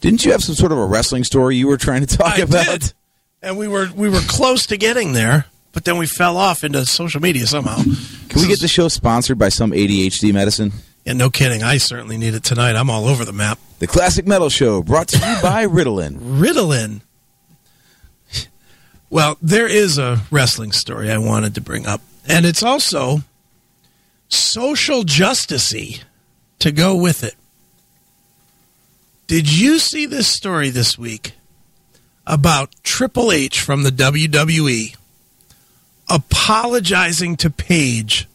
Didn't you have some sort of a wrestling story you were trying to talk I about? did, and we were we were close to getting there, but then we fell off into social media somehow. Can we get the show sponsored by some ADHD medicine? Yeah, no kidding. I certainly need it tonight. I'm all over the map. The Classic Metal Show, brought to you by Ritalin. Ritalin. Well, there is a wrestling story I wanted to bring up, and it's also social justicey to go with it. Did you see this story this week about Triple H from the WWE apologizing to Paige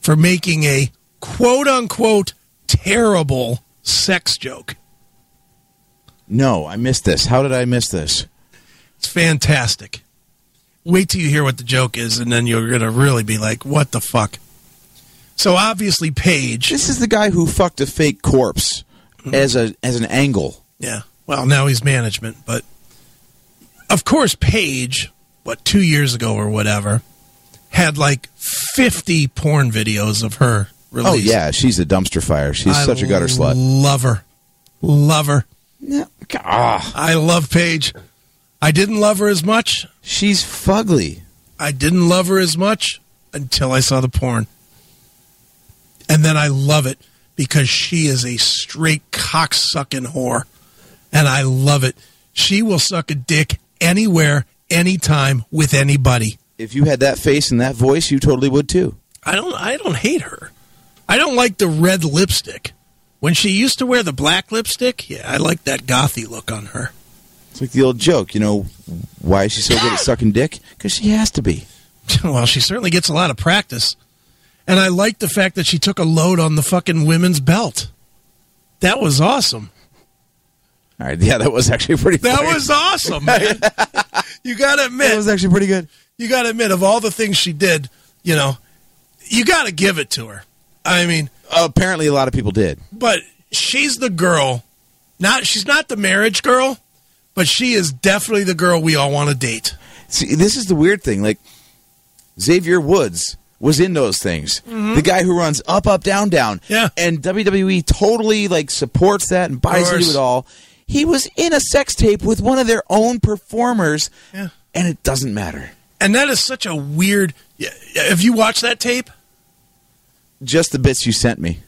for making a quote unquote terrible sex joke? No, I missed this. How did I miss this? It's fantastic. Wait till you hear what the joke is, and then you're going to really be like, what the fuck? So obviously, Paige. This is the guy who fucked a fake corpse as a as an angle. Yeah. Well, now he's management, but of course, Paige, what, two years ago or whatever, had like 50 porn videos of her Oh released. yeah, she's a dumpster fire. She's I such a gutter slut. Love her. Love her. No, g- ah, I love Paige. I didn't love her as much she's fugly. I didn't love her as much until I saw the porn. And then I love it because she is a straight cocksucking whore. And I love it. She will suck a dick anywhere, anytime, with anybody. If you had that face and that voice, you totally would too. I don't I don't hate her. I don't like the red lipstick. When she used to wear the black lipstick, yeah, I like that gothy look on her. It's like the old joke, you know. Why is she so good at sucking dick? Because she has to be. well, she certainly gets a lot of practice. And I like the fact that she took a load on the fucking women's belt. That was awesome. All right, yeah, that was actually pretty. That funny. was awesome, man. you gotta that admit, was actually pretty good. you gotta admit, of all the things she did, you know, you gotta give it to her. I mean, Apparently, a lot of people did. but she's the girl. Not she's not the marriage girl, but she is definitely the girl we all want to date. See, this is the weird thing. Like Xavier Woods was in those things. The guy who runs up, up, down, down. Mm-hmm. Yeah. And WWE totally like supports that and buys course. into it all. He was in a sex tape with one of their own performers. Yeah. And it doesn't matter. And that is such a weird. yeah, If you watch that tape, Just the bits you sent me.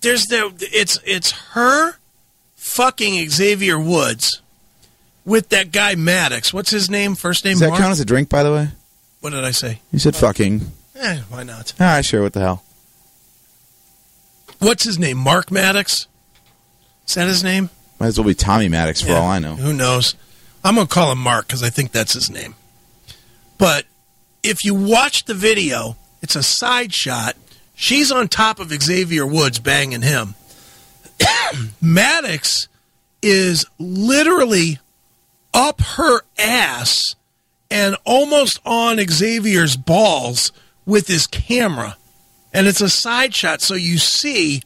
there's the it's it's her fucking Xavier Woods with that guy Maddox. What's his name? First name Does that Mark? count as a drink, by the way? what did I say? You said fucking. Eh, why not? All right, sure. What the hell? What's his name? Mark Maddox? Is that his name? Might as well be Tommy Maddox for Yeah. all I know. Who knows? I'm going to call him Mark because I think that's his name. But if you watch the video, it's a side shot. She's on top of Xavier Woods banging him. Maddox is literally up her ass and almost on Xavier's balls with his camera. And it's a side shot, so you see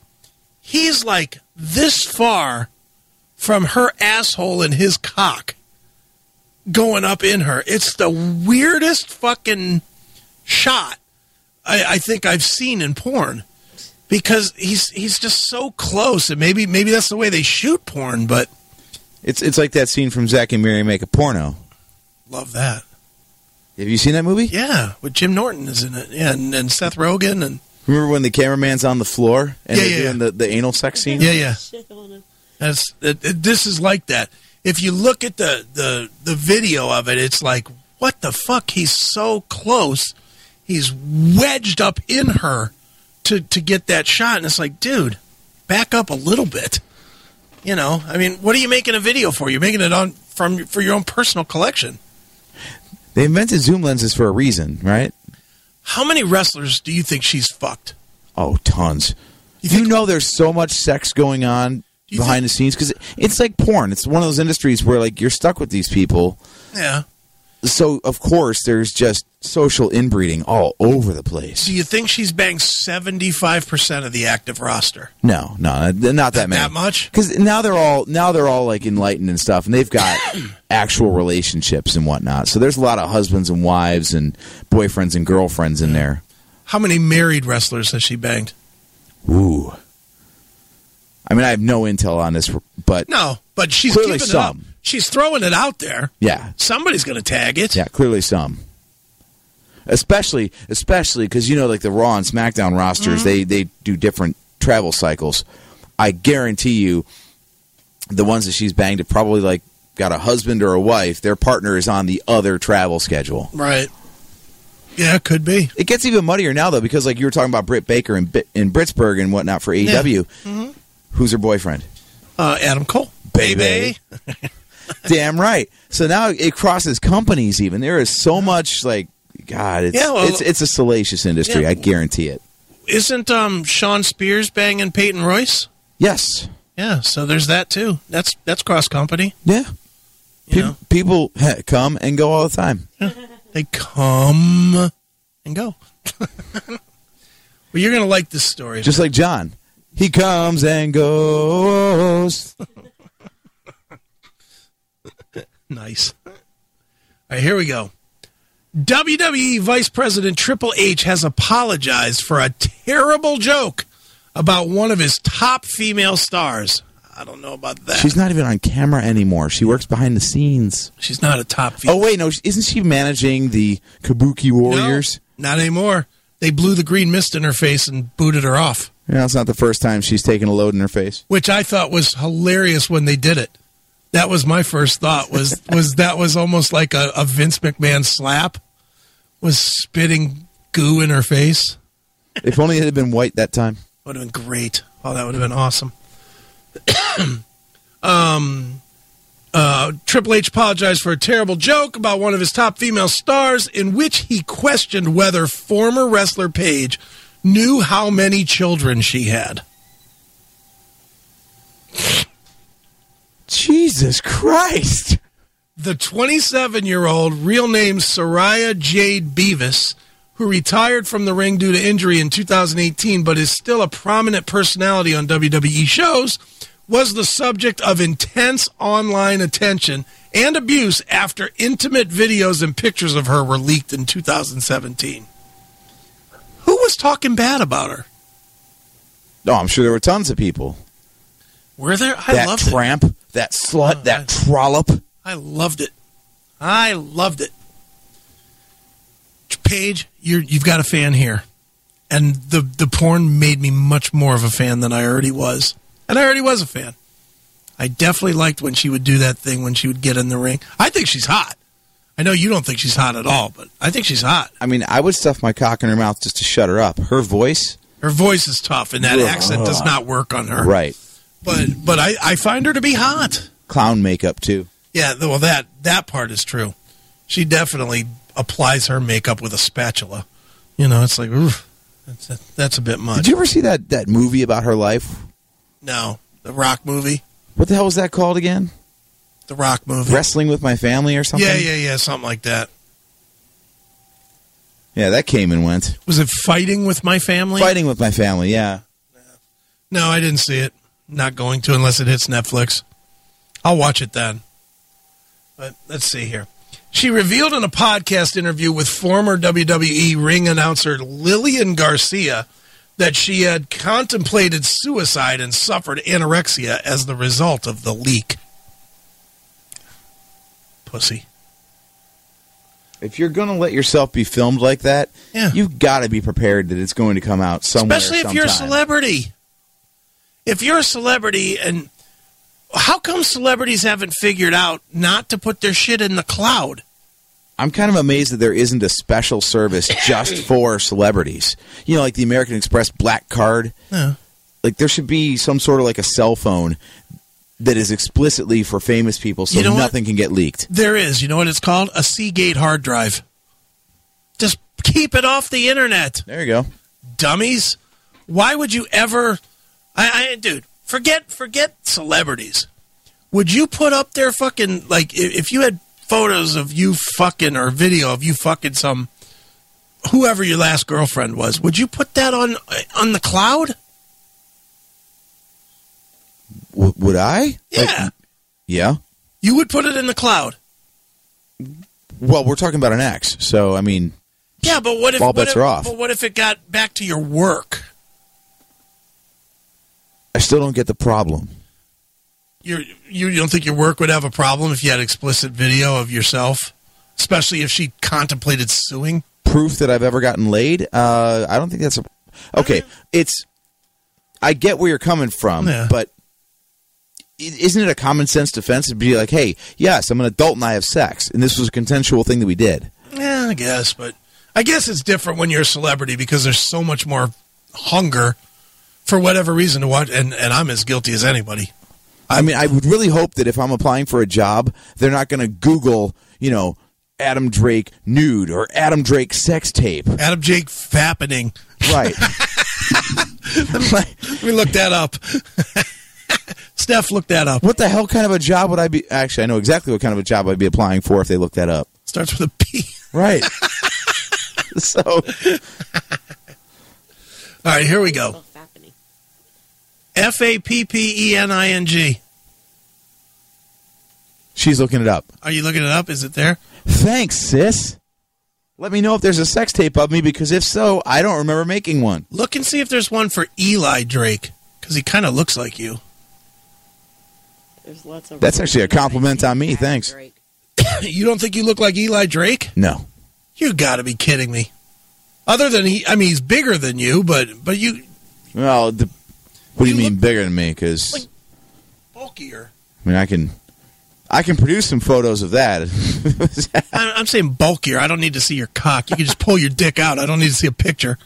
he's like this far from her asshole and his cock going up in her. It's the weirdest fucking shot I, I think I've seen in porn because he's he's just so close, and maybe maybe that's the way they shoot porn. But It's it's like that scene from Zack and Miri make a porno. love that, Have you seen that movie? yeah, with Jim Norton is in it, yeah, and, and Seth Rogen, and Remember when the cameraman's on the floor and Yeah, they're yeah, doing The, the anal sex scene? yeah, yeah. Shit on him. That's it, it- this is like that. If you look at the, the the video of it, it's like what the fuck? He's so close. He's wedged up in her to to get that shot, and it's like, dude, back up a little bit. You know, I mean, what are you making a video for? You're making it on from for your own personal collection. They invented zoom lenses for a reason, right? How many wrestlers do you think she's fucked? Oh, tons. You, You think- know, there's so much sex going on You behind the scenes because it's like porn. It's one of those industries where like you're stuck with these people. Yeah. So of course, there's just social inbreeding all over the place. Do you think she's banged seventy five percent of the active roster? No, no, not that many. that much? Because now they're all now they're all like enlightened and stuff, and they've got actual relationships and whatnot. So there's a lot of husbands and wives and boyfriends and girlfriends in there. How many married wrestlers has she banged? Ooh. I mean, I have no intel on this but No, but she's Clearly keeping it up. some. She's throwing it out there. yeah, Somebody's going to tag it. yeah, clearly some. Especially, especially because you know, like the Raw and SmackDown rosters, they they do different travel cycles. I guarantee you, the ones that she's banged have probably like got a husband or a wife. Their partner is on the other travel schedule. Right. Yeah, could be. It gets even muddier now though because like you were talking about Britt Baker and Bit- in Britsburg and whatnot for AEW. Who's her boyfriend? Uh, Adam Cole. Baby. Damn right. So now it crosses companies. Even there is so much like God. It's Yeah, well- it's, it's a salacious industry. Yeah. I guarantee it. Isn't um, Sean Spears banging Peyton Royce? Yes. Yeah, so there's that too. That's that's cross company. Yeah. You Pe- know, People heh, come and go all the time. they come and go. well, you're gonna like this story. Just like John. He comes and goes. Nice. All right, here we go. WWE Vice President Triple H has apologized for a terrible joke about one of his top female stars. I don't know about that. She's, She's not even on camera anymore. She works behind the scenes. not a top female. Oh wait, no, isn't she managing the Kabuki Warriors? not anymore. They blew the green mist in her face and booted her off, You know, it's not the first time she's taken a load in her face. which I thought was hilarious when they did it. That was my first thought was was that was almost like a, a Vince McMahon slap was spitting goo in her face. If only it had been white that time. Would have been great. Oh, that would have been awesome. um, uh, Triple H apologized for a terrible joke about one of his top female stars, in which he questioned whether former wrestler Paige knew how many children she had. Jesus Christ. The 27 year old, real name Soraya Jade Beavis, who retired from the ring due to injury in 2018 but is still a prominent personality on WWE shows, was the subject of intense online attention and abuse after intimate videos and pictures of her were leaked in 2017. Who was talking bad about her? No, Oh, I'm sure there were tons of people. Were there? I that loved it. tramp, that slut, Oh, that trollop. I loved it. I loved it. Paige, you're, you've got a fan here, and the the porn made me much more of a fan than I already was, and I already was a fan. I definitely liked when she would do that thing when she would get in the ring. I think she's hot. I know you don't think she's hot at all, but I think she's hot. I mean, I would stuff my cock in her mouth just to shut her up. Her voice, Her voice is tough, and that Ugh. accent does not work on her. right? But but I, I find her to be hot. Clown makeup too. Yeah, th- well that that part is true. She definitely applies her makeup with a spatula. You know, it's like oof, that's that, that's a bit Did much. you ever see that that movie about her life? no, the Rock movie, What the hell was that called again? the Rock movie. Wrestling with my family or something? yeah, yeah, yeah, something like that. Yeah, that came and went. Was it fighting with my family? Fighting with my family. Yeah, No, I didn't see it. Not going to unless it hits Netflix. I'll watch it then. But let's see here. She revealed in a podcast interview with former WWE ring announcer Lillian Garcia that she had contemplated suicide and suffered anorexia as the result of the leak. Pussy. if you're gonna let yourself be filmed like that, Yeah. you've got to be prepared that it's going to come out somewhere. Especially if you're a sometime. celebrity. If you're a celebrity and how come celebrities haven't figured out not to put their shit in the cloud? I'm kind of amazed that there isn't a special service just for celebrities. You know, like the American Express Black Card. Yeah. Like there should be some sort of like a cell phone that is explicitly for famous people, so You know what? nothing can get leaked. There is. You know what it's called? A Seagate hard drive. Just keep it off the internet, There you go. dummies. Why would you ever I, I dude, forget forget celebrities. Would you put up their fucking like i- if you had photos of you fucking or video of you fucking some whoever your last girlfriend was, would you put that on on the cloud? W- would I? Yeah. Like, yeah. you would put it in the cloud. Well, we're talking about an ex, so I mean, Yeah, but what if All what bets if, are off. But what if it got back to your work? I still don't get the problem. you're, you you don't think your work would have a problem if you had explicit video of yourself, especially if she contemplated suing? proof that I've ever gotten laid. Uh, I don't think that's a. Okay, it's. I get where you're coming from, Yeah. but i- isn't it a common sense defense to be like, "Hey, yes, I'm an adult and I have sex, and this was a consensual thing that we did." Yeah, I guess, but I guess it's different when you're a celebrity because there's so much more hunger for whatever reason to watch, and, and I'm as guilty as anybody. I mean, I would really hope that if I'm applying for a job, they're not going to Google, you know, Adam Drake nude or Adam Drake sex tape, Adam Jake fappening. right? Like, We looked that up. Steph looked that up. what the hell kind of a job would I be? Actually, I know exactly what kind of a job I'd be applying for if they looked that up. Starts with a P. Right. so All right, here we go. Oh, happening. F A P P E N I N G. she's looking it up. Are you looking it up? Is it there? Thanks, sis. Let me know if there's a sex tape of me because if so, I don't remember making one. Look and see if there's one for Eli Drake because he kind of looks like you. There's lots of. That's actually a compliment on me, thanks. Great. you don't think you look like Eli Drake? No. You got to be kidding me. Other than he, I mean, he's bigger than you, but but you Well, the, what do you You mean bigger than me? Because Like- bulkier. I mean, I can, I can produce some photos of that. I'm, I'm saying bulkier. I don't need to see your cock. You can just pull your dick out. I don't need to see a picture.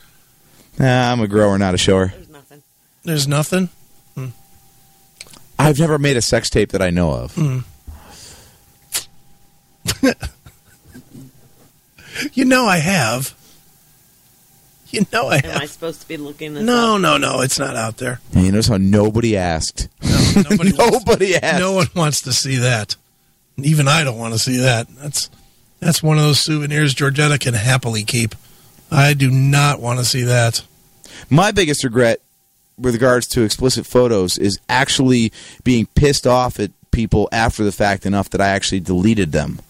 nah, I'm a grower, not a shower. There's nothing. There's nothing. I've never made a sex tape that I know of. Hmm. You know I have. You know I Am I have. supposed to be looking this No, up? no, no. It's not out there. And you notice how nobody asked. No, nobody. wants- Nobody asked. No one wants to see that. Even I don't want to see that. That's that's one of those souvenirs Georgetta can happily keep. I do not want to see that. My biggest regret with regards to explicit photos is actually being pissed off at people after the fact enough that I actually deleted them.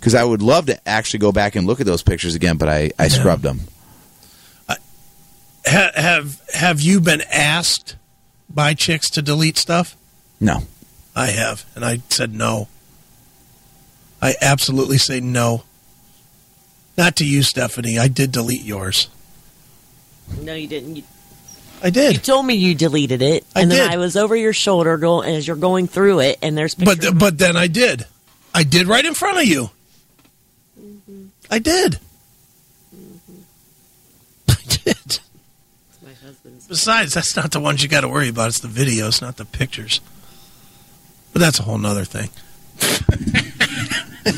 Because I would love to actually go back and look at those pictures again, but I, I scrubbed them. Ha- have have you been asked by chicks to delete stuff? No. I have, and I said no. I absolutely say no. Not to you, Stephanie. I did delete yours. No, no, you didn't. You, I did. you told me you deleted it, I and then did. I was over your shoulder go, as you're going through it, and there's pictures. But but then I did. I did right in front of you. I did. I did. It's my husband's. Besides, that's not the ones you got to worry about. It's the videos, not the pictures. But that's a whole nother thing.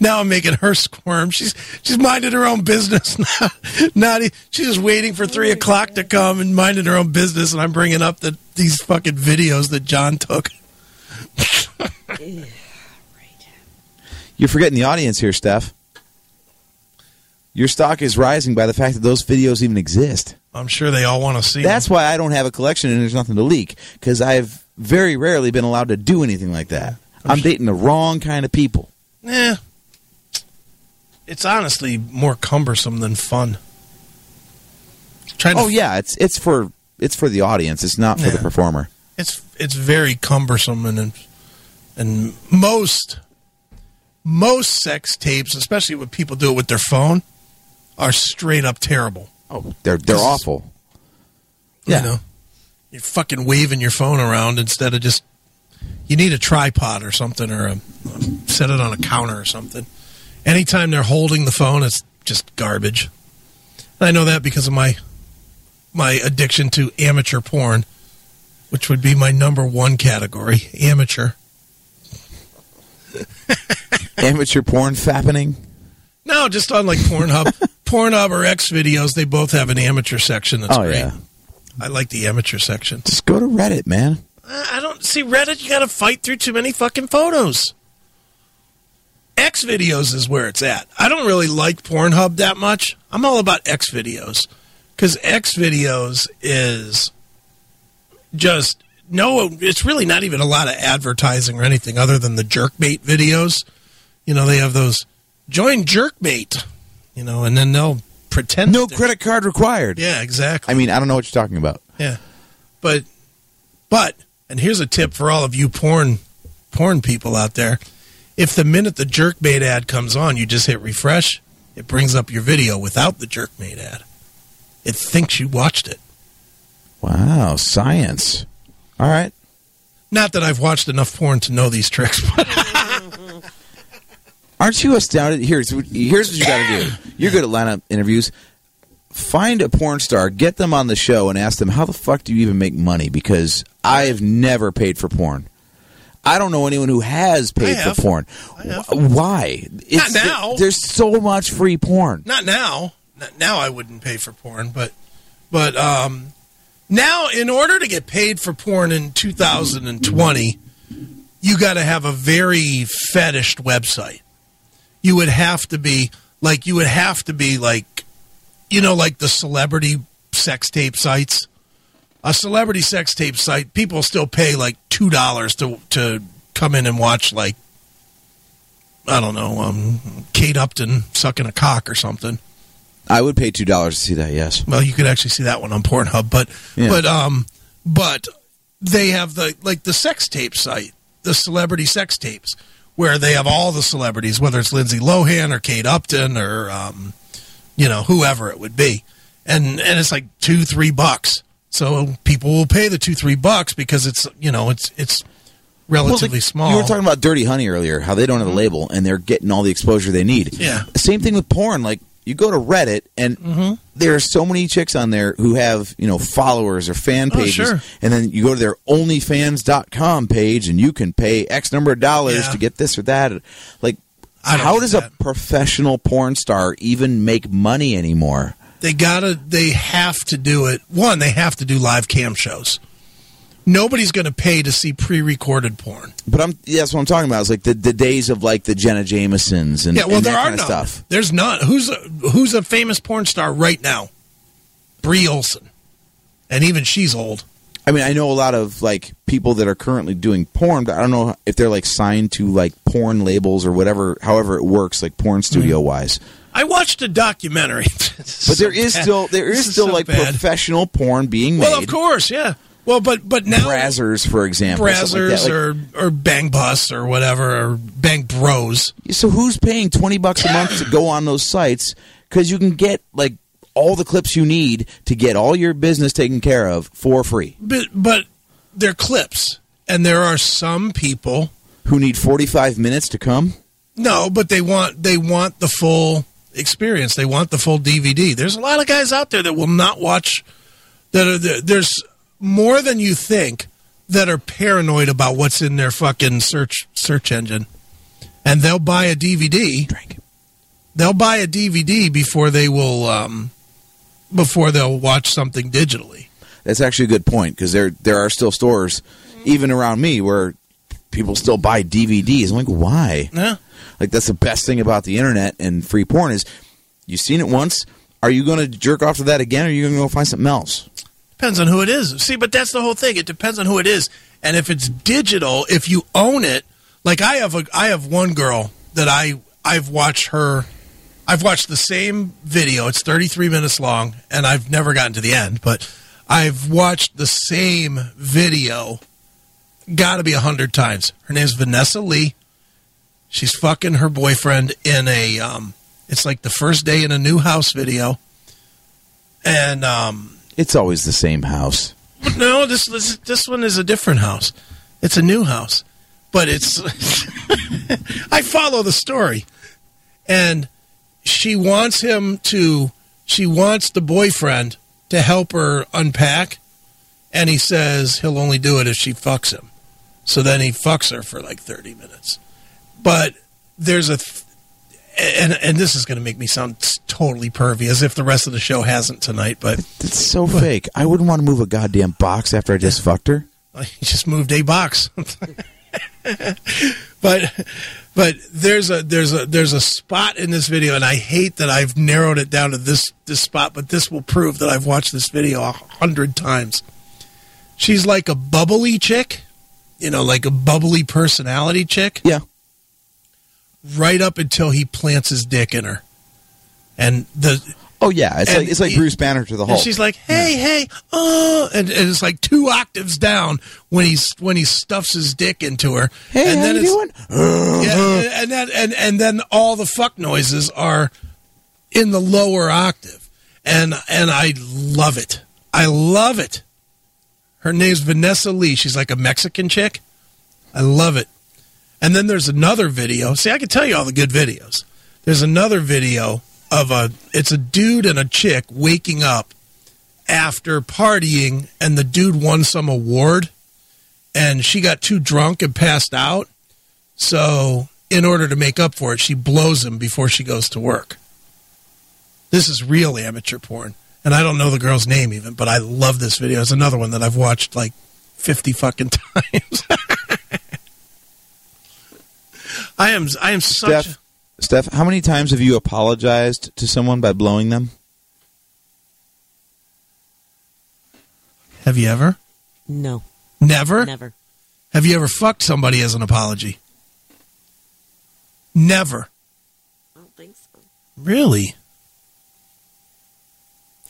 now I'm making her squirm. She's she's minding her own business. Not, not e- she's just waiting for three o'clock to come and minding her own business. And I'm bringing up the, these fucking videos that John took. You're forgetting the audience here, Steph. Your stock is rising by the fact that those videos even exist. I'm sure they all want to see. That's why I don't have a collection and there's nothing to leak, because I've very rarely been allowed to do anything like that. I'm dating the wrong kind of people. them. Eh. It's honestly more cumbersome than fun. Trying to Oh yeah, it's it's for it's for the audience. It's not for the Yeah. performer. It's it's very cumbersome and and most most sex tapes, especially when people do it with their phone, are straight up terrible. Oh, they're they're This is- awful. You know, you're fucking waving your phone around instead of just. You need a tripod or something, or a, set it on a counter or something. Anytime they're holding the phone, it's just garbage. And I know that because of my my addiction to amateur porn, which would be my number one category, amateur. amateur porn fappening. No, just on like Pornhub, Pornhub or X videos, they both have an amateur section. That's oh great. yeah, I like the amateur section. just go to Reddit, man. I I don't see Reddit. You got to fight through too many fucking photos. X videos is where it's at. I don't really like Pornhub that much. I'm all about X videos because X videos is just no. It's really not even a lot of advertising or anything other than the jerkbait videos. You know, they have those join jerkbait. You know, and then they'll pretend No that they're- credit card required. Yeah, exactly. I mean, I don't know what you're talking about. Yeah. But But and here's a tip for all of you porn porn people out there. If the minute the jerkbait ad comes on, you just hit refresh, it brings up your video without the jerkbait ad. It thinks you watched it. Wow, science. All right. Not that I've watched enough porn to know these tricks, but Aren't you astounded? Here's here's what you got to do. You're good at lineup interviews. Find a porn star, get them on the show, and ask them how the fuck do you even make money? Because I have never paid for porn. I don't know anyone who has paid I have. for porn. Wh- Why? It's, now. There's so much free porn. not now. Not now I wouldn't pay for porn, but but um now in order to get paid for porn in 2020, you got to have a very fetished website. You would have to be like you would have to be like you know like the celebrity sex tape sites. A celebrity sex tape site, people still pay like two dollars to to come in and watch like I don't know, um, Kate Upton sucking a cock or something. I would pay two dollars to see that. Yes. Well, you could actually see that one on Pornhub, but Yeah. but um, but they have the like the sex tape site, the celebrity sex tapes, where they have all the celebrities, whether it's Lindsay Lohan or Kate Upton or um, you know whoever it would be, and and it's like two three bucks. So people will pay the two three bucks because it's you know it's it's relatively like, small. Mm-hmm. You were talking about Dirty Honey earlier, how they don't have a label and they're getting all the exposure they need. Yeah. Mm-hmm. Same thing with porn. Like you go to Reddit and there are so many chicks on there who have you know followers or fan Oh, pages, sure. and then you go to their OnlyFans.com page and you can pay X number of dollars Yeah. to get this or that. Like, I don't how do does a that. professional porn star even make money anymore? they gotta they have to do it one they have to do live cam shows nobody's gonna pay to see pre-recorded porn But I'm yeah, that's what I'm talking about. It's like the, the days of like the Jenna Jamesons and, yeah well and there that are kind of none stuff. there's none who's a, who's a famous porn star right now brie olson and even she's old I mean, I know a lot of like people that are currently doing porn, but I don't know if they're like signed to like porn labels or whatever, however it works, like porn Mm-hmm. studio wise. i watched a documentary But there is still there is, still like professional porn being made. well of course yeah well but but now Brazzers, for example. something like Brazzers that. Like, or or bang bus or whatever or bang bros so who's paying twenty bucks a month to go on those sites? Because you can get like all the clips you need to get all your business taken care of for free. but but they're clips and there are some people Who need forty five minutes to come? No, but they want they want the full experience. They want the full DVD. There's a lot of guys out there that will not watch. That are that- there's more than you think that are paranoid about what's in their fucking search search engine, and they'll buy a DVD. Drink. They'll buy a DVD before they will um, before they'll watch something digitally. That's actually a good point because there there are still stores, even around me, where people still buy DVDs. I'm like, why? Yeah. Like that's the best thing about the internet and free porn is you've seen it once. Are you going to jerk off to that again, or are you going to go find something else? Depends on who it is. See, but that's the whole thing. It depends on who it is. And if it's digital, if you own it, like I have a I have one girl that I I've watched her I've watched the same video. It's 33 minutes long and I've never gotten to the end, but I've watched the same video got to be 100 times. Her name's Vanessa Lee. She's fucking her boyfriend in a um it's like the first day in a new house video. And um It's always the same house. no, this, this this one is a different house. It's a new house, but it's. I follow the story, and she wants him to. She wants the boyfriend to help her unpack, and he says he'll only do it if she fucks him. So then he fucks her for like thirty minutes, but there's a. Th- and, and this is going to make me sound totally pervy, as if the rest of the show hasn't tonight. But It's so fake. I wouldn't want to move a goddamn box after I just fucked her. Well, he just moved a box. but but there's a there's a there's a spot in this video, and I hate that I've narrowed it down to this this spot, but this will prove that I've watched this video a hundred times. She's like a bubbly chick, you know, like a bubbly personality chick, Yeah, right up until he plants his dick in her, and the Oh yeah, it's And like it's like he- Bruce Banner to the And Hulk. she's like, "Hey, hey, oh!" And, and it's like two octaves down when he's when he stuffs his dick into her. "Hey, and how you it's, doing?" Uh-huh. Yeah, and that and and then all the fuck noises are in the lower octave, and and I love it. I love it. Her name's Vanessa Lee. She's like a Mexican chick. I love it. And then there's another video. See, I can tell you all the good videos. There's another video of a it's a dude and a chick waking up after partying and the dude won some award and she got too drunk and passed out. So, in order to make up for it, she blows him before she goes to work. This is real amateur porn. And I don't know the girl's name even, but I love this video. It's another one that I've watched like 50 fucking times. I am I am such Steph, Steph, how many times have you apologized to someone by blowing them? Have you ever? No, Never? never. Have you ever fucked somebody as an apology? Never. I don't think so. Really?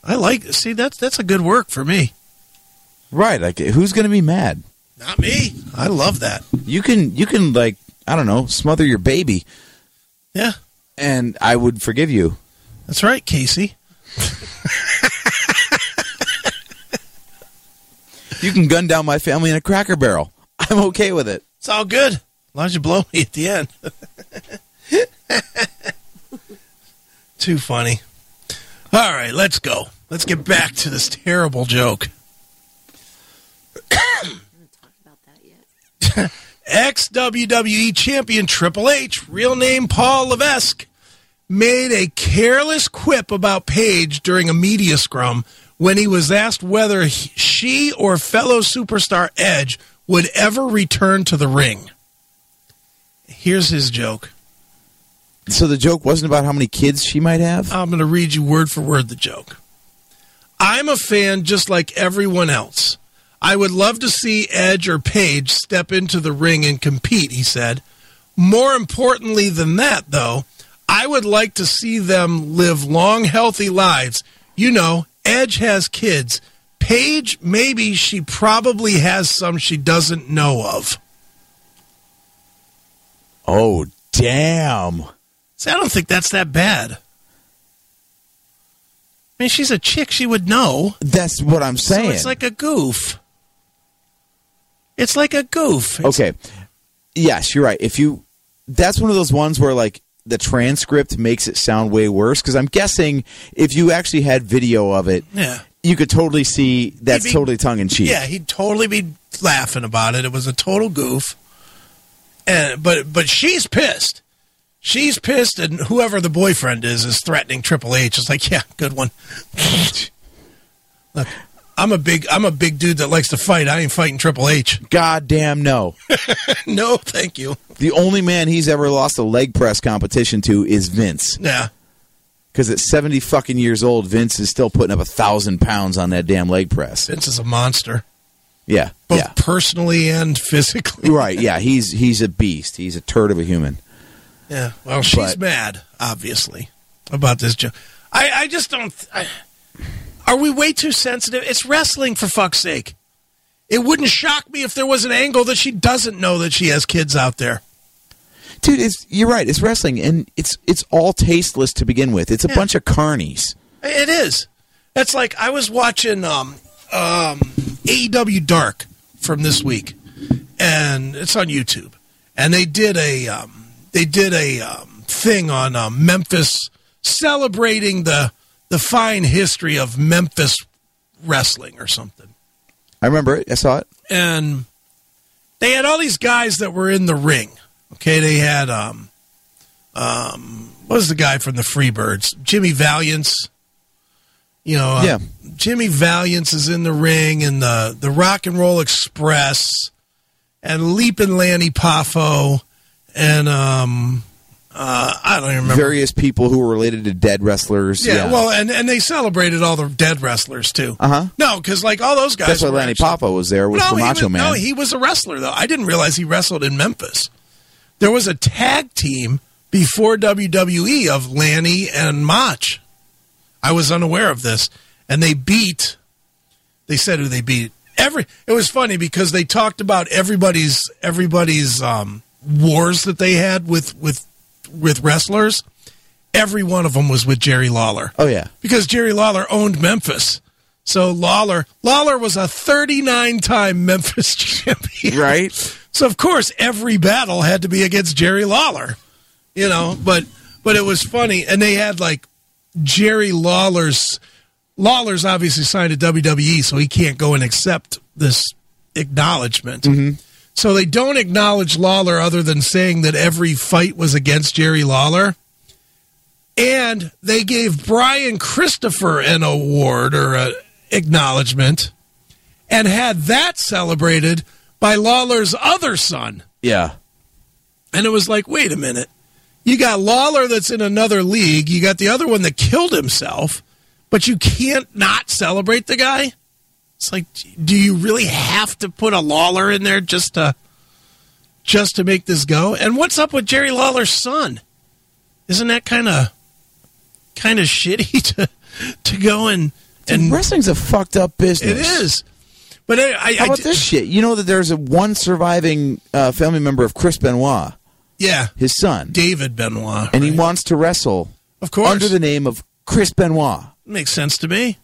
I like see that's that's a good work for me. Right, like who's going to be mad? Not me. I love that. You can you can like I don't know smother your baby, Yeah, and I would forgive you. that's right, Casey. You can gun down my family in a cracker barrel. I'm okay with it. It's all good. As long as you blow me at the end. Too funny. All right, let's go. Let's get back to this terrible joke. I haven't talked about that yet. Ex WWE E champion Triple H, real name Paul Levesque, made a careless quip about Paige during a media scrum when he was asked whether he- she or fellow superstar Edge would ever return to the ring. Here's his joke. So the joke wasn't about how many kids she might have. I'm going to read you word for word the joke. I'm a fan just like everyone else. I would love to see Edge or Page step into the ring and compete, he said. More importantly than that, though, I would like to see them live long, healthy lives. You know, Edge has kids. Paige, maybe she probably has some she doesn't know of. Oh damn! See, I don't think that's that bad. I mean, she's a chick, she would know. That's what I'm saying. So it's like a goof. It's like a goof. It's- okay, yes, you're right. If you, that's one of those ones where like the transcript makes it sound way worse because I'm guessing if you actually had video of it, Yeah. you could totally see that's Maybe- totally tongue in cheek. Yeah, he'd totally be laughing about it. It was a total goof. And but but she's pissed. She's pissed and whoever the boyfriend is is threatening Triple H. It's like, yeah, good one. Look, I'm a big I'm a big dude that likes to fight. I ain't fighting Triple H. Goddamn no. no, thank you. The only man he's ever lost a leg press competition to is Vince. Yeah. Because at 70 fucking years old, Vince is still putting up a thousand pounds on that damn leg press. Vince is a monster. Yeah. Both Yeah. personally and physically. Right. Yeah. He's he's a beast. He's a turd of a human. Yeah. Well, she's But- mad, obviously, about this joke. I, I just don't. I, are we way too sensitive? It's wrestling, for fuck's sake. It wouldn't shock me if there was an angle that she doesn't know that she has kids out there. Dude, it's, you're right. It's wrestling, and it's it's all tasteless to begin with. It's a Yeah. bunch of carnies. It is. That's like I was watching um, um, AEW Dark from this week, and it's on YouTube. And they did a um, they did a um, thing on um, Memphis celebrating the the fine history of Memphis wrestling or something. I remember it. I saw it. And they had all these guys that were in the ring. Okay, they had um, um, what was the guy from the Freebirds? Jimmy Valiance. You know, uh, Yeah. Jimmy Valiance is in the ring, and the the Rock and Roll Express, and Leapin' Lanny Poffo, and um, uh, I don't even remember. Various people who were related to dead wrestlers. yeah, well, and and they celebrated all the dead wrestlers too. Uh-huh. No, because like all those guys. That's why were Lanny actually- Papa was there was for he Macho was, Man. No, he was a wrestler though. I didn't realize he wrestled in Memphis. There was a E tag team before WWE of Lanny and Mach. I was unaware of this. And they beat, they said who they beat. Every it was funny because they talked about everybody's everybody's um, wars that they had with with with wrestlers. Every one of them was with Jerry Lawler Oh yeah. because Jerry Lawler owned Memphis. So Lawler Lawler was a 39 time Memphis champion. Right. So of course every battle had to be against Jerry Lawler. You know, but but it was funny and they had like Jerry Lawler's Lawler's obviously signed to WWE so he can't go and accept this acknowledgment So they don't acknowledge Lawler other than saying that every fight was against Jerry Lawler. And they gave Brian Christopher an award or an acknowledgement and had that celebrated by Lawler's other son. Yeah. And it was like, wait a minute. You got Lawler that's in another league. You got the other one that killed himself, but you can't not celebrate the guy. It's like, do you really have to put a Lawler in there just to just to make this go? And what's up with Jerry Lawler's son? Isn't that kind of kind of shitty to to go and and wrestling's a fucked up business. it is. But I, I, How about I- this shit? You know that there's a one surviving uh, family member of Chris Benoit, yeah, his son, David Benoit, and he wants to wrestle of course under the name of Chris Benoit. Makes sense to me.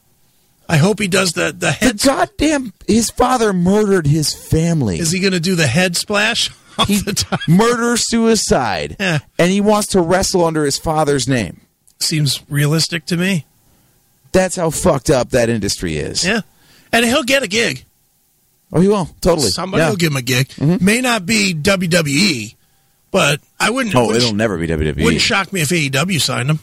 I hope he does the the The head. goddamn his father murdered his family. Is he going to do the head splash off he the top? murder suicide, Yeah. and he wants to wrestle under his father's name. Seems realistic to me. That's how fucked up that industry is. Yeah, and he'll get a gig. Oh, he will totally. Somebody Yeah. Mm-hmm. will give him a gig. May not be WWE, but I wouldn't. Oh, wouldn't, it'll sh- never be E. WWE. wouldn't shock me if AEW signed him.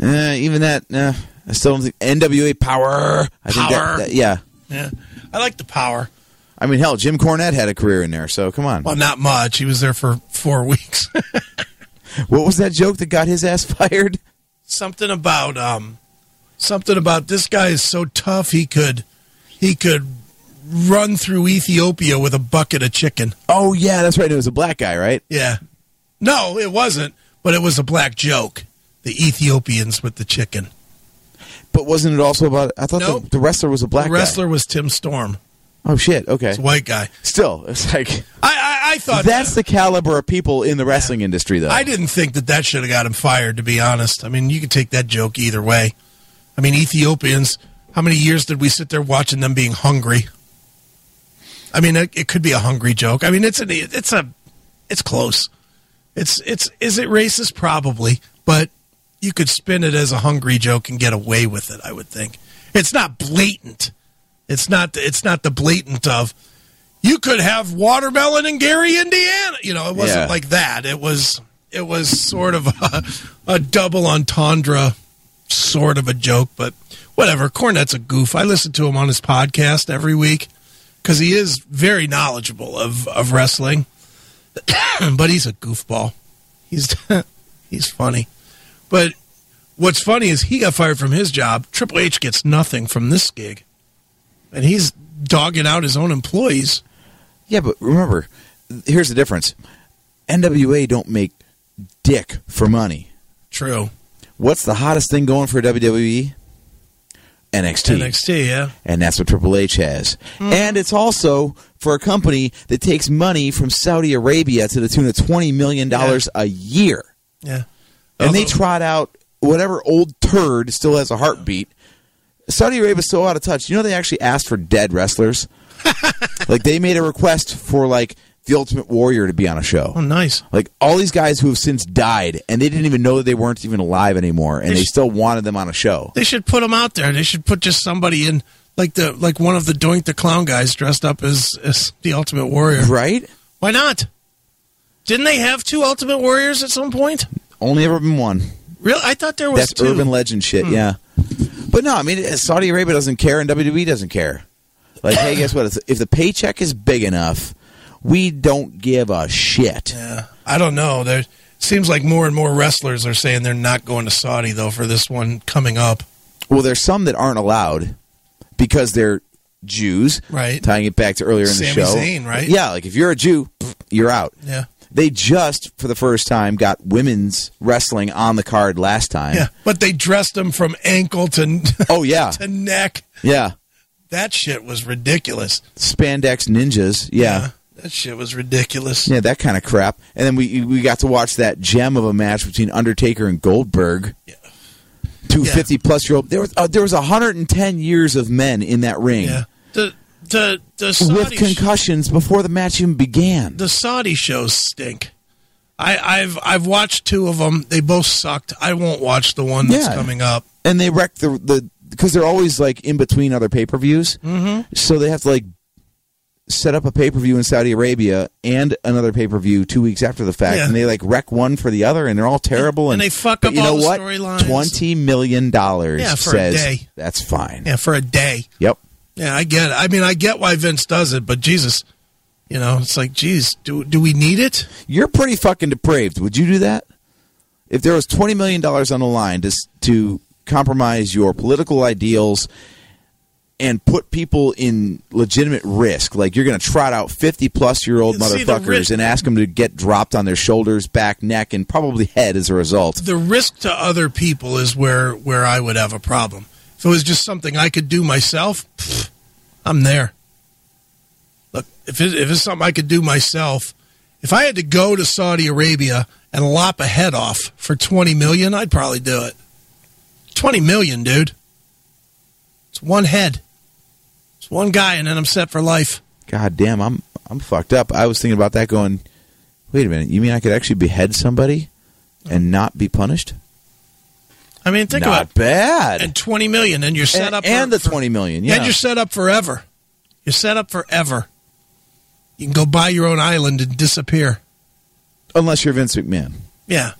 Eh, even that, eh, I still don't think NWA Power. I think that- Power. that- yeah, Yeah, I like the power. I mean, hell, Jim Cornette had a career in there, so come on. Well, not much. He was there for four weeks. What was that joke that got his ass fired? something about um something about this guy is so tough he could he could run through Ethiopia with a bucket of chicken. Oh yeah, that's right. It was a black guy, right? Yeah. No, it wasn't, but it was a black joke. The Ethiopians with the chicken. But wasn't it also about? I thought the, Nope. the wrestler was a black the wrestler was Tim Storm. guy. Oh shit. Okay. It's a white guy. Still, it's like I I, I thought that's the caliber of people in the wrestling industry, though. Uh, I didn't think that that should have got him fired. To be honest, I mean, you could take that joke either way. I mean, Ethiopians. How many years did we sit there watching them being hungry? I mean, it, it could be a hungry joke. I mean, it's an it's a it's close. It's it's is it racist? Probably, but you could spin it as a hungry joke and get away with it. I would think it's not blatant. It's not it's not the blatant of you could have watermelon in Gary, Indiana. You know, it wasn't Yeah. like that. It was it was sort of a, a double entendre sort of a joke, but whatever. Cornette's a goof. I listen to him on his podcast every week because he is very knowledgeable of, of wrestling. but he's a goofball. He's he's funny. But what's funny is he got fired from his job. Triple H gets nothing from this gig, and he's dogging out his own employees. Yeah, but remember, here's the difference. NWA don't make dick for money. True. What's the hottest thing going for E? WWE? NXT. NXT, yeah. And that's what Triple H has. Mm. And it's also for a company that takes money from Saudi Arabia to the tune of $20 million a year. Yeah. And they Although- trot out whatever old turd still has a heartbeat. Saudi Arabia's so out of touch. You know, they actually asked for dead wrestlers. like, they made a request for, like, the Ultimate Warrior to be on a show. Oh, nice. Like all these guys who have since died, and they didn't even know that they weren't even alive anymore, and They they sh- still wanted them on a show. They should put him out there. They should put just somebody in, like the like one of the Doink the Clown guys dressed up as, as the Ultimate Warrior. Right? Why not? Didn't they have two Ultimate Warriors at some point? Only ever been one. Really? I thought there was That's two. urban legend shit. Hmm. Yeah. But no, I mean uh, Saudi Arabia doesn't care, and WWE doesn't care. Like, hey, guess what? If the paycheck is big enough, we don't give a shit. Yeah, I don't know. There seems like more and more wrestlers are saying they're not going to Saudi though for this one coming up. Well, there's some that aren't allowed because they're Jews. Right. Tying it back to earlier in Sami the show. Zayn, right? Yeah. Like if you're a Jew, pfft, you're out. Yeah, They just, for the first time, got women's wrestling on the card last time. Yeah, but they dressed him from ankle to Oh, yeah. to neck. Yeah. That shit was ridiculous. Spandex ninjas. yeah. that shit was ridiculous. Yeah, that kind of crap. And then we we got to watch that gem of a match between Undertaker and Goldberg. Yeah. Two Yeah. fifty plus year old. There was uh, there was hundred and ten years of men in that ring Yeah. The the the with Saudi concussions before the match even began. the Saudi shows stink. I, I've I've watched two of them. They both sucked. I won't watch the one that's Yeah. coming up. and they wrecked the the because they're always like in between other pay per views, mm-hmm. so they have to like set up a pay per view in Saudi Arabia and another pay per view two weeks after the fact, Yeah. and they like wreck one for the other, and they're all terrible. And And, they fuck but up you all know the what? storylines. Twenty million dollars Yeah, for a says day. that's fine. Yeah, for a day. Yep. Yeah, I get it. I mean, I get why Vince does it, but Jesus, you know, it's like, geez, do do we need it? You're pretty fucking depraved. Would you do that? If there was twenty million dollars on the line to s- to compromise your political ideals and put people in legitimate risk, like you're going to trot out fifty plus year old You see, the motherfuckers risk- and ask them to get dropped on their shoulders, back, neck, and probably head as a result. The risk to other people is where where I would have a problem. If it was just something I could do myself, pfft, I'm there. Look, if it, if it's something I could do myself, if I had to go to Saudi Arabia and lop a head off for twenty million, I'd probably do it. Twenty million, dude. It's one head. It's one guy, and then I'm set for life. God damn, I'm I'm fucked up. I was thinking about that, going, wait a minute, you mean I could actually behead somebody and not be punished? I mean, think about not bad. and 20 million and you're set And, up and for, the twenty million, yeah. and you're set up forever you're set up forever you can go buy your own island and disappear Unless you're Vince McMahon. yeah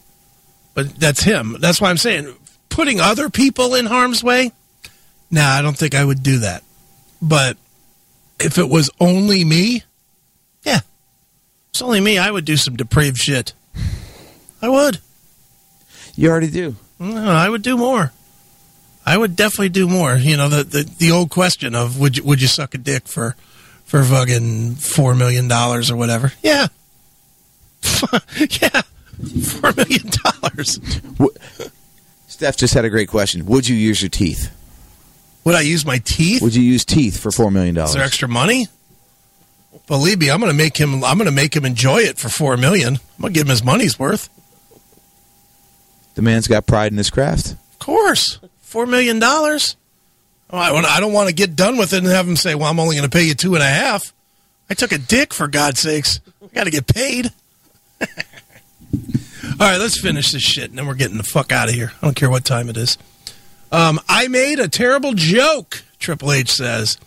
but that's him that's why i'm saying putting other people in harm's way nah i don't think i would do that but if it was only me yeah if it's only me i would do some depraved shit i would You already do. No, I would do more. I would definitely do more. You know, the the, the old question of would you, would you suck a dick for for fucking four million dollars or whatever? Yeah, yeah, four million dollars. Steph just had a great question. Would you use your teeth? Would I use my teeth? Would you use teeth for four million Is there dollars? extra money? Believe me, I'm gonna make him. I'm gonna make him enjoy it for four million. I'm gonna give him his money's worth. The man's got pride in his craft. Of course, four million dollars. Oh, I, wanna- I don't want to get done with it and have them say, "Well, I'm only going to pay you two and a half." I took a dick for God's sakes. I got to get paid. All right, let's finish this shit, and then we're getting the fuck out of here. I don't care what time it is. Um, I made a terrible joke. Triple H says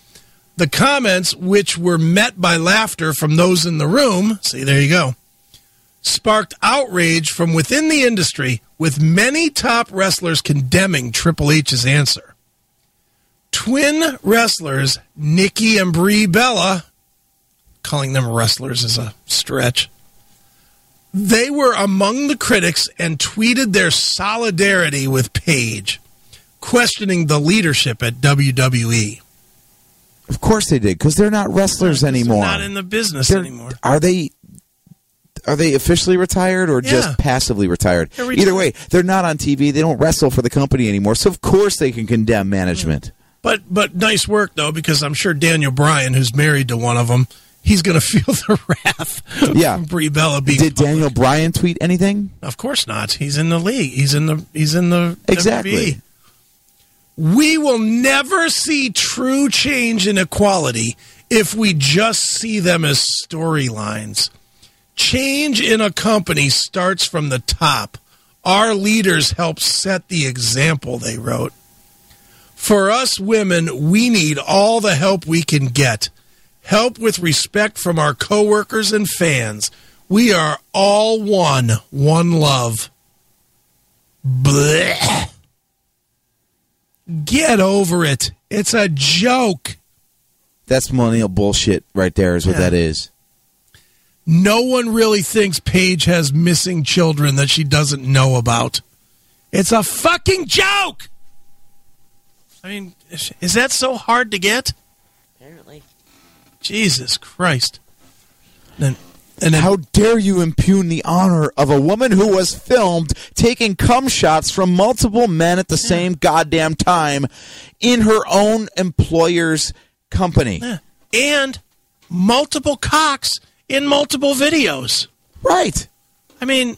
the comments, which were met by laughter from those in the room. See, there you go sparked outrage from within the industry, with many top wrestlers condemning Triple H's answer. Twin wrestlers Nikki and Brie Bella, calling them wrestlers is a stretch. They were among the critics and tweeted their solidarity with Paige, questioning the leadership at E. WWE. Of course they did, because they're not wrestlers anymore. Not in the business They're- anymore. Are they? Are they officially retired or Yeah. just passively retired? They're reti- Either way, they're not on TV. They don't wrestle for the company anymore. So of course they can condemn management. But but nice work though, because I'm sure Daniel Bryan, who's married to one of them, he's going to feel the wrath. Yeah. from Brie Bella being. Did Daniel Bryan tweet anything? Of course not. He's in the league. He's in the. He's in the. Exactly. WWE. We will never see true change in equality if we just see them as storylines. Change in a company starts from the top. Our leaders help set the example, they wrote. For us women, we need all the help we can get. Help with respect from our coworkers and fans. We are all one, one love. Blech. Get over it. It's a joke. That's millennial bullshit right there. Is what Yeah. that is. No one really thinks Paige has missing children that she doesn't know about. It's a fucking joke. I mean, is that so hard to get? Apparently. Jesus Christ. Then And then How dare you impugn the honor of a woman who was filmed taking cum shots from multiple men at the same goddamn time in her own employer's company? and multiple cocks in multiple videos. Right. I mean,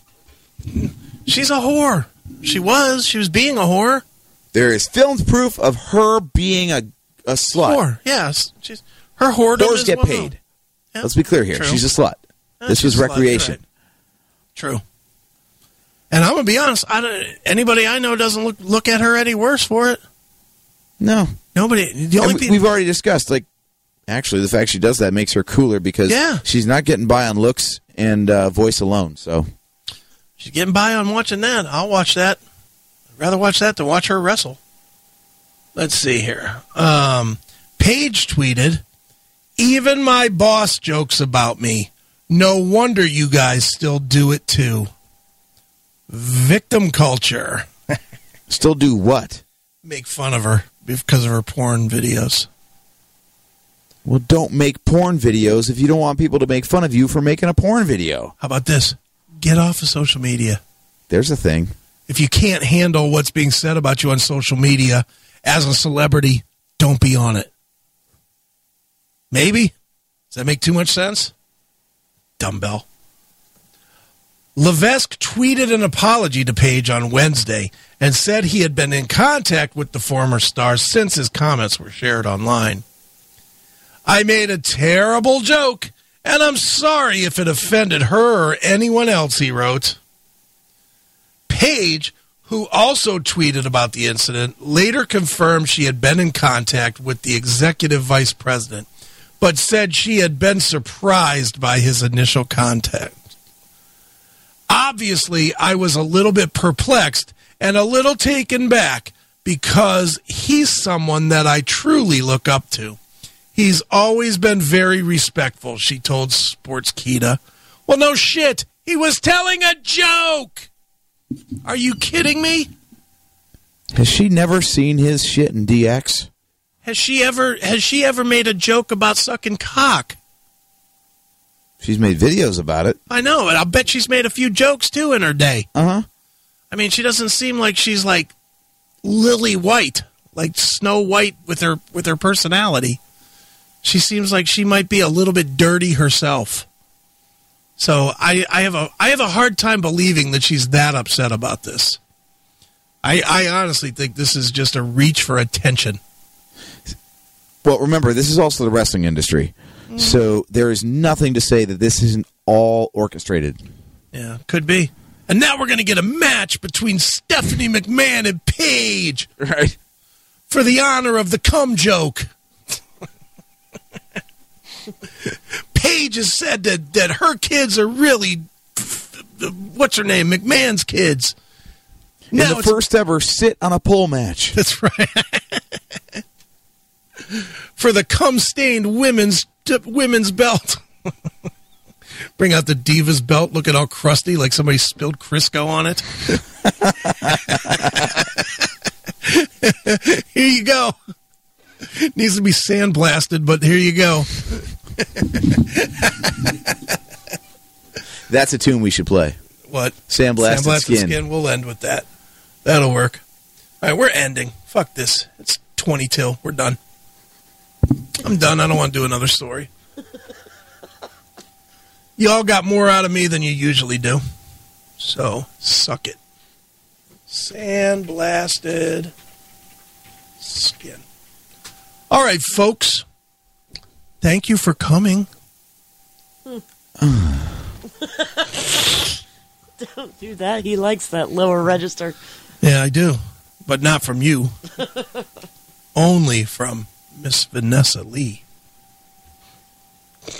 she's a whore. She was. She was being a whore. There is filmed proof of her being a, a slut. Whore. Yes. She's her whore. Whores get paid. Let's be clear here. She's a slut. this was recreation. True. And I'm gonna be honest. I don't, anybody I know doesn't look look at her any worse for it. No. Nobody. And The only we- people. we've already discussed, like, actually, the fact she does that makes her cooler because Yeah. she's not getting by on looks and uh, voice alone. So, She's getting by on watching that. I'll watch that. I'd rather watch that than watch her wrestle. Let's see here. Um, Paige tweeted, Even my boss jokes about me. No wonder you guys still do it too. Victim culture. still do what? Make fun of her because of her porn videos. Well, don't make porn videos if you don't want people to make fun of you for making a porn video. How about this? Get off of social media. There's a thing. If you can't handle what's being said about you on social media as a celebrity, don't be on it. Maybe? Does that make too much sense? Dumbbell. Levesque tweeted an apology to Page on Wednesday and said he had been in contact with the former star since his comments were shared online. I made a terrible joke, and I'm sorry if it offended her or anyone else, he wrote. Page, who also tweeted about the incident, later confirmed she had been in contact with the executive vice president, but said she had been surprised by his initial contact. Obviously, I was a little bit perplexed and a little taken back because he's someone that I truly look up to. He's always been very respectful, she told Sports Kita. Well, no shit. He was telling a joke. Are you kidding me? Has she never seen his shit in DX? Has she ever has she ever made a joke about sucking cock? She's made videos about it. I know, and I'll bet she's made a few jokes too in her day. Uh huh. I mean, she doesn't seem like she's like Lily White, like Snow White with her with her personality. She seems like she might be a little bit dirty herself. So I, I have a I have a hard time believing that she's that upset about this. I, I honestly think this is just a reach for attention. Well, remember, this is also the wrestling industry. So there is nothing to say that this isn't all orchestrated. Yeah, could be. And now we're going to get a match between Stephanie McMahon and Paige Right. for the honor of the cum joke. Paige has said that, that her kids are really, what's her name, McMahon's kids. In Now the it's- first ever sit on a pole match. That's right. For the cum stained women's women's belt. Bring out the diva's belt, looking all crusty, like somebody spilled Crisco on it. here you go. Needs to be sandblasted, but here you go. That's a tune we should play. What? Sandblasted Sandblasted skin. skin. We'll end with that. That'll work. All right, we're ending. Fuck this. It's 20 till. We're done. I'm done. I don't want to do another story. Y'all got more out of me than you usually do. So, suck it. Sandblasted skin. All right, folks. Thank you for coming. Don't do that. He likes that lower register. Yeah, I do, but not from you. Only from Miss Vanessa Lee.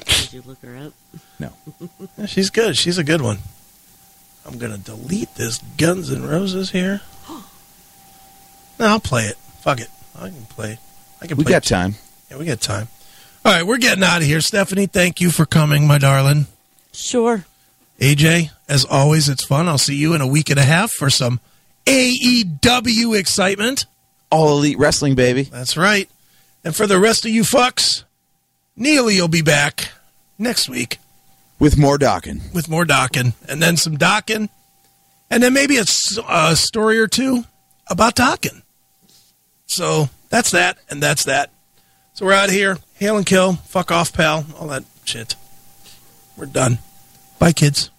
Did you look her up? Yeah, She's good. She's a good one. I'm gonna delete this Guns N' Roses here. No, I'll play it. Fuck it. I can play. it. I can. We play got it. time. Yeah, we got time. All right, we're getting out of here. Stephanie, thank you for coming, my darling. Sure. AJ, as always, it's fun. I'll see you in a week and a half for some AEW excitement. All elite wrestling, baby. That's right. And for the rest of you fucks, Neely will be back next week with more docking. with more docking, and then some docking, and then maybe a, s- a story or two about docking. So that's that, and that's that. So we're out here. Hail and kill. Fuck off, pal. All that shit. We're done. Bye, kids.